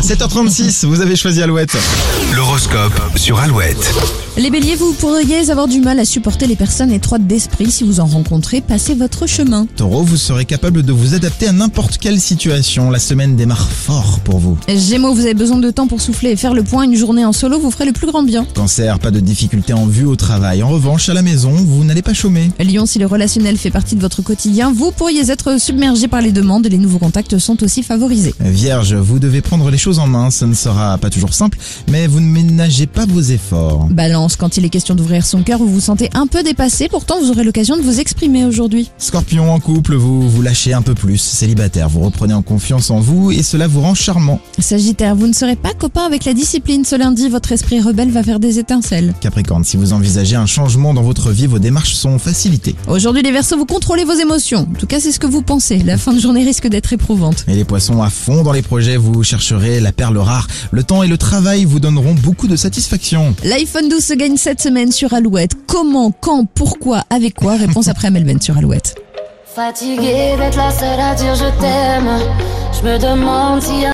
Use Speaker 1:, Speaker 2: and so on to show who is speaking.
Speaker 1: 7h36, vous avez choisi Alouette.
Speaker 2: L'horoscope sur Alouette.
Speaker 3: Les béliers, vous pourriez avoir du mal à supporter les personnes étroites d'esprit. Si vous en rencontrez, passez votre chemin.
Speaker 1: Taureau, vous serez capable de vous adapter à n'importe quelle situation. La semaine démarre fort pour vous.
Speaker 3: Gémeaux, vous avez besoin de temps pour souffler et faire le point. Une journée en solo vous ferait le plus grand bien.
Speaker 1: Cancer, pas de difficultés en vue au travail. En revanche, à la maison, vous n'allez pas chômer.
Speaker 3: Lyon, si le relationnel fait partie de votre quotidien, vous pourriez être submergé par les demandes. Les nouveaux contacts sont aussi favorisés.
Speaker 1: Vierge, vous devez prendre les choses en main. Ce ne sera pas toujours simple, mais vous ne ménagez pas vos efforts.
Speaker 3: Balance, quand il est question d'ouvrir son cœur, vous vous sentez un peu dépassé. Pourtant, vous aurez l'occasion de vous exprimer aujourd'hui.
Speaker 1: Scorpion, en couple, vous vous lâchez un peu plus. Célibataire, vous reprenez en confiance en vous et cela vous rend charmant.
Speaker 3: Sagittaire, vous ne serez pas copain avec la discipline. Ce lundi, votre esprit rebelle va faire des étincelles.
Speaker 1: Capricorne, si vous envisagez un changement dans votre vie, vos démarches sont facilitées.
Speaker 3: Aujourd'hui, les Verseaux, vous contrôlez vos émotions. En tout cas, c'est ce que vous pensez. La fin de journée risque d'être éprouvante.
Speaker 1: Et les poissons à fond dans les projets, vous chercherez la perle rare. Le temps et le travail vous donneront beaucoup de satisfaction.
Speaker 3: L'iPhone 12 se gagne cette semaine sur Alouette. Comment, quand, pourquoi, avec quoi Réponse après Melben sur Alouette.
Speaker 4: Fatiguée d'être la seule à dire je t'aime. Je me demande si un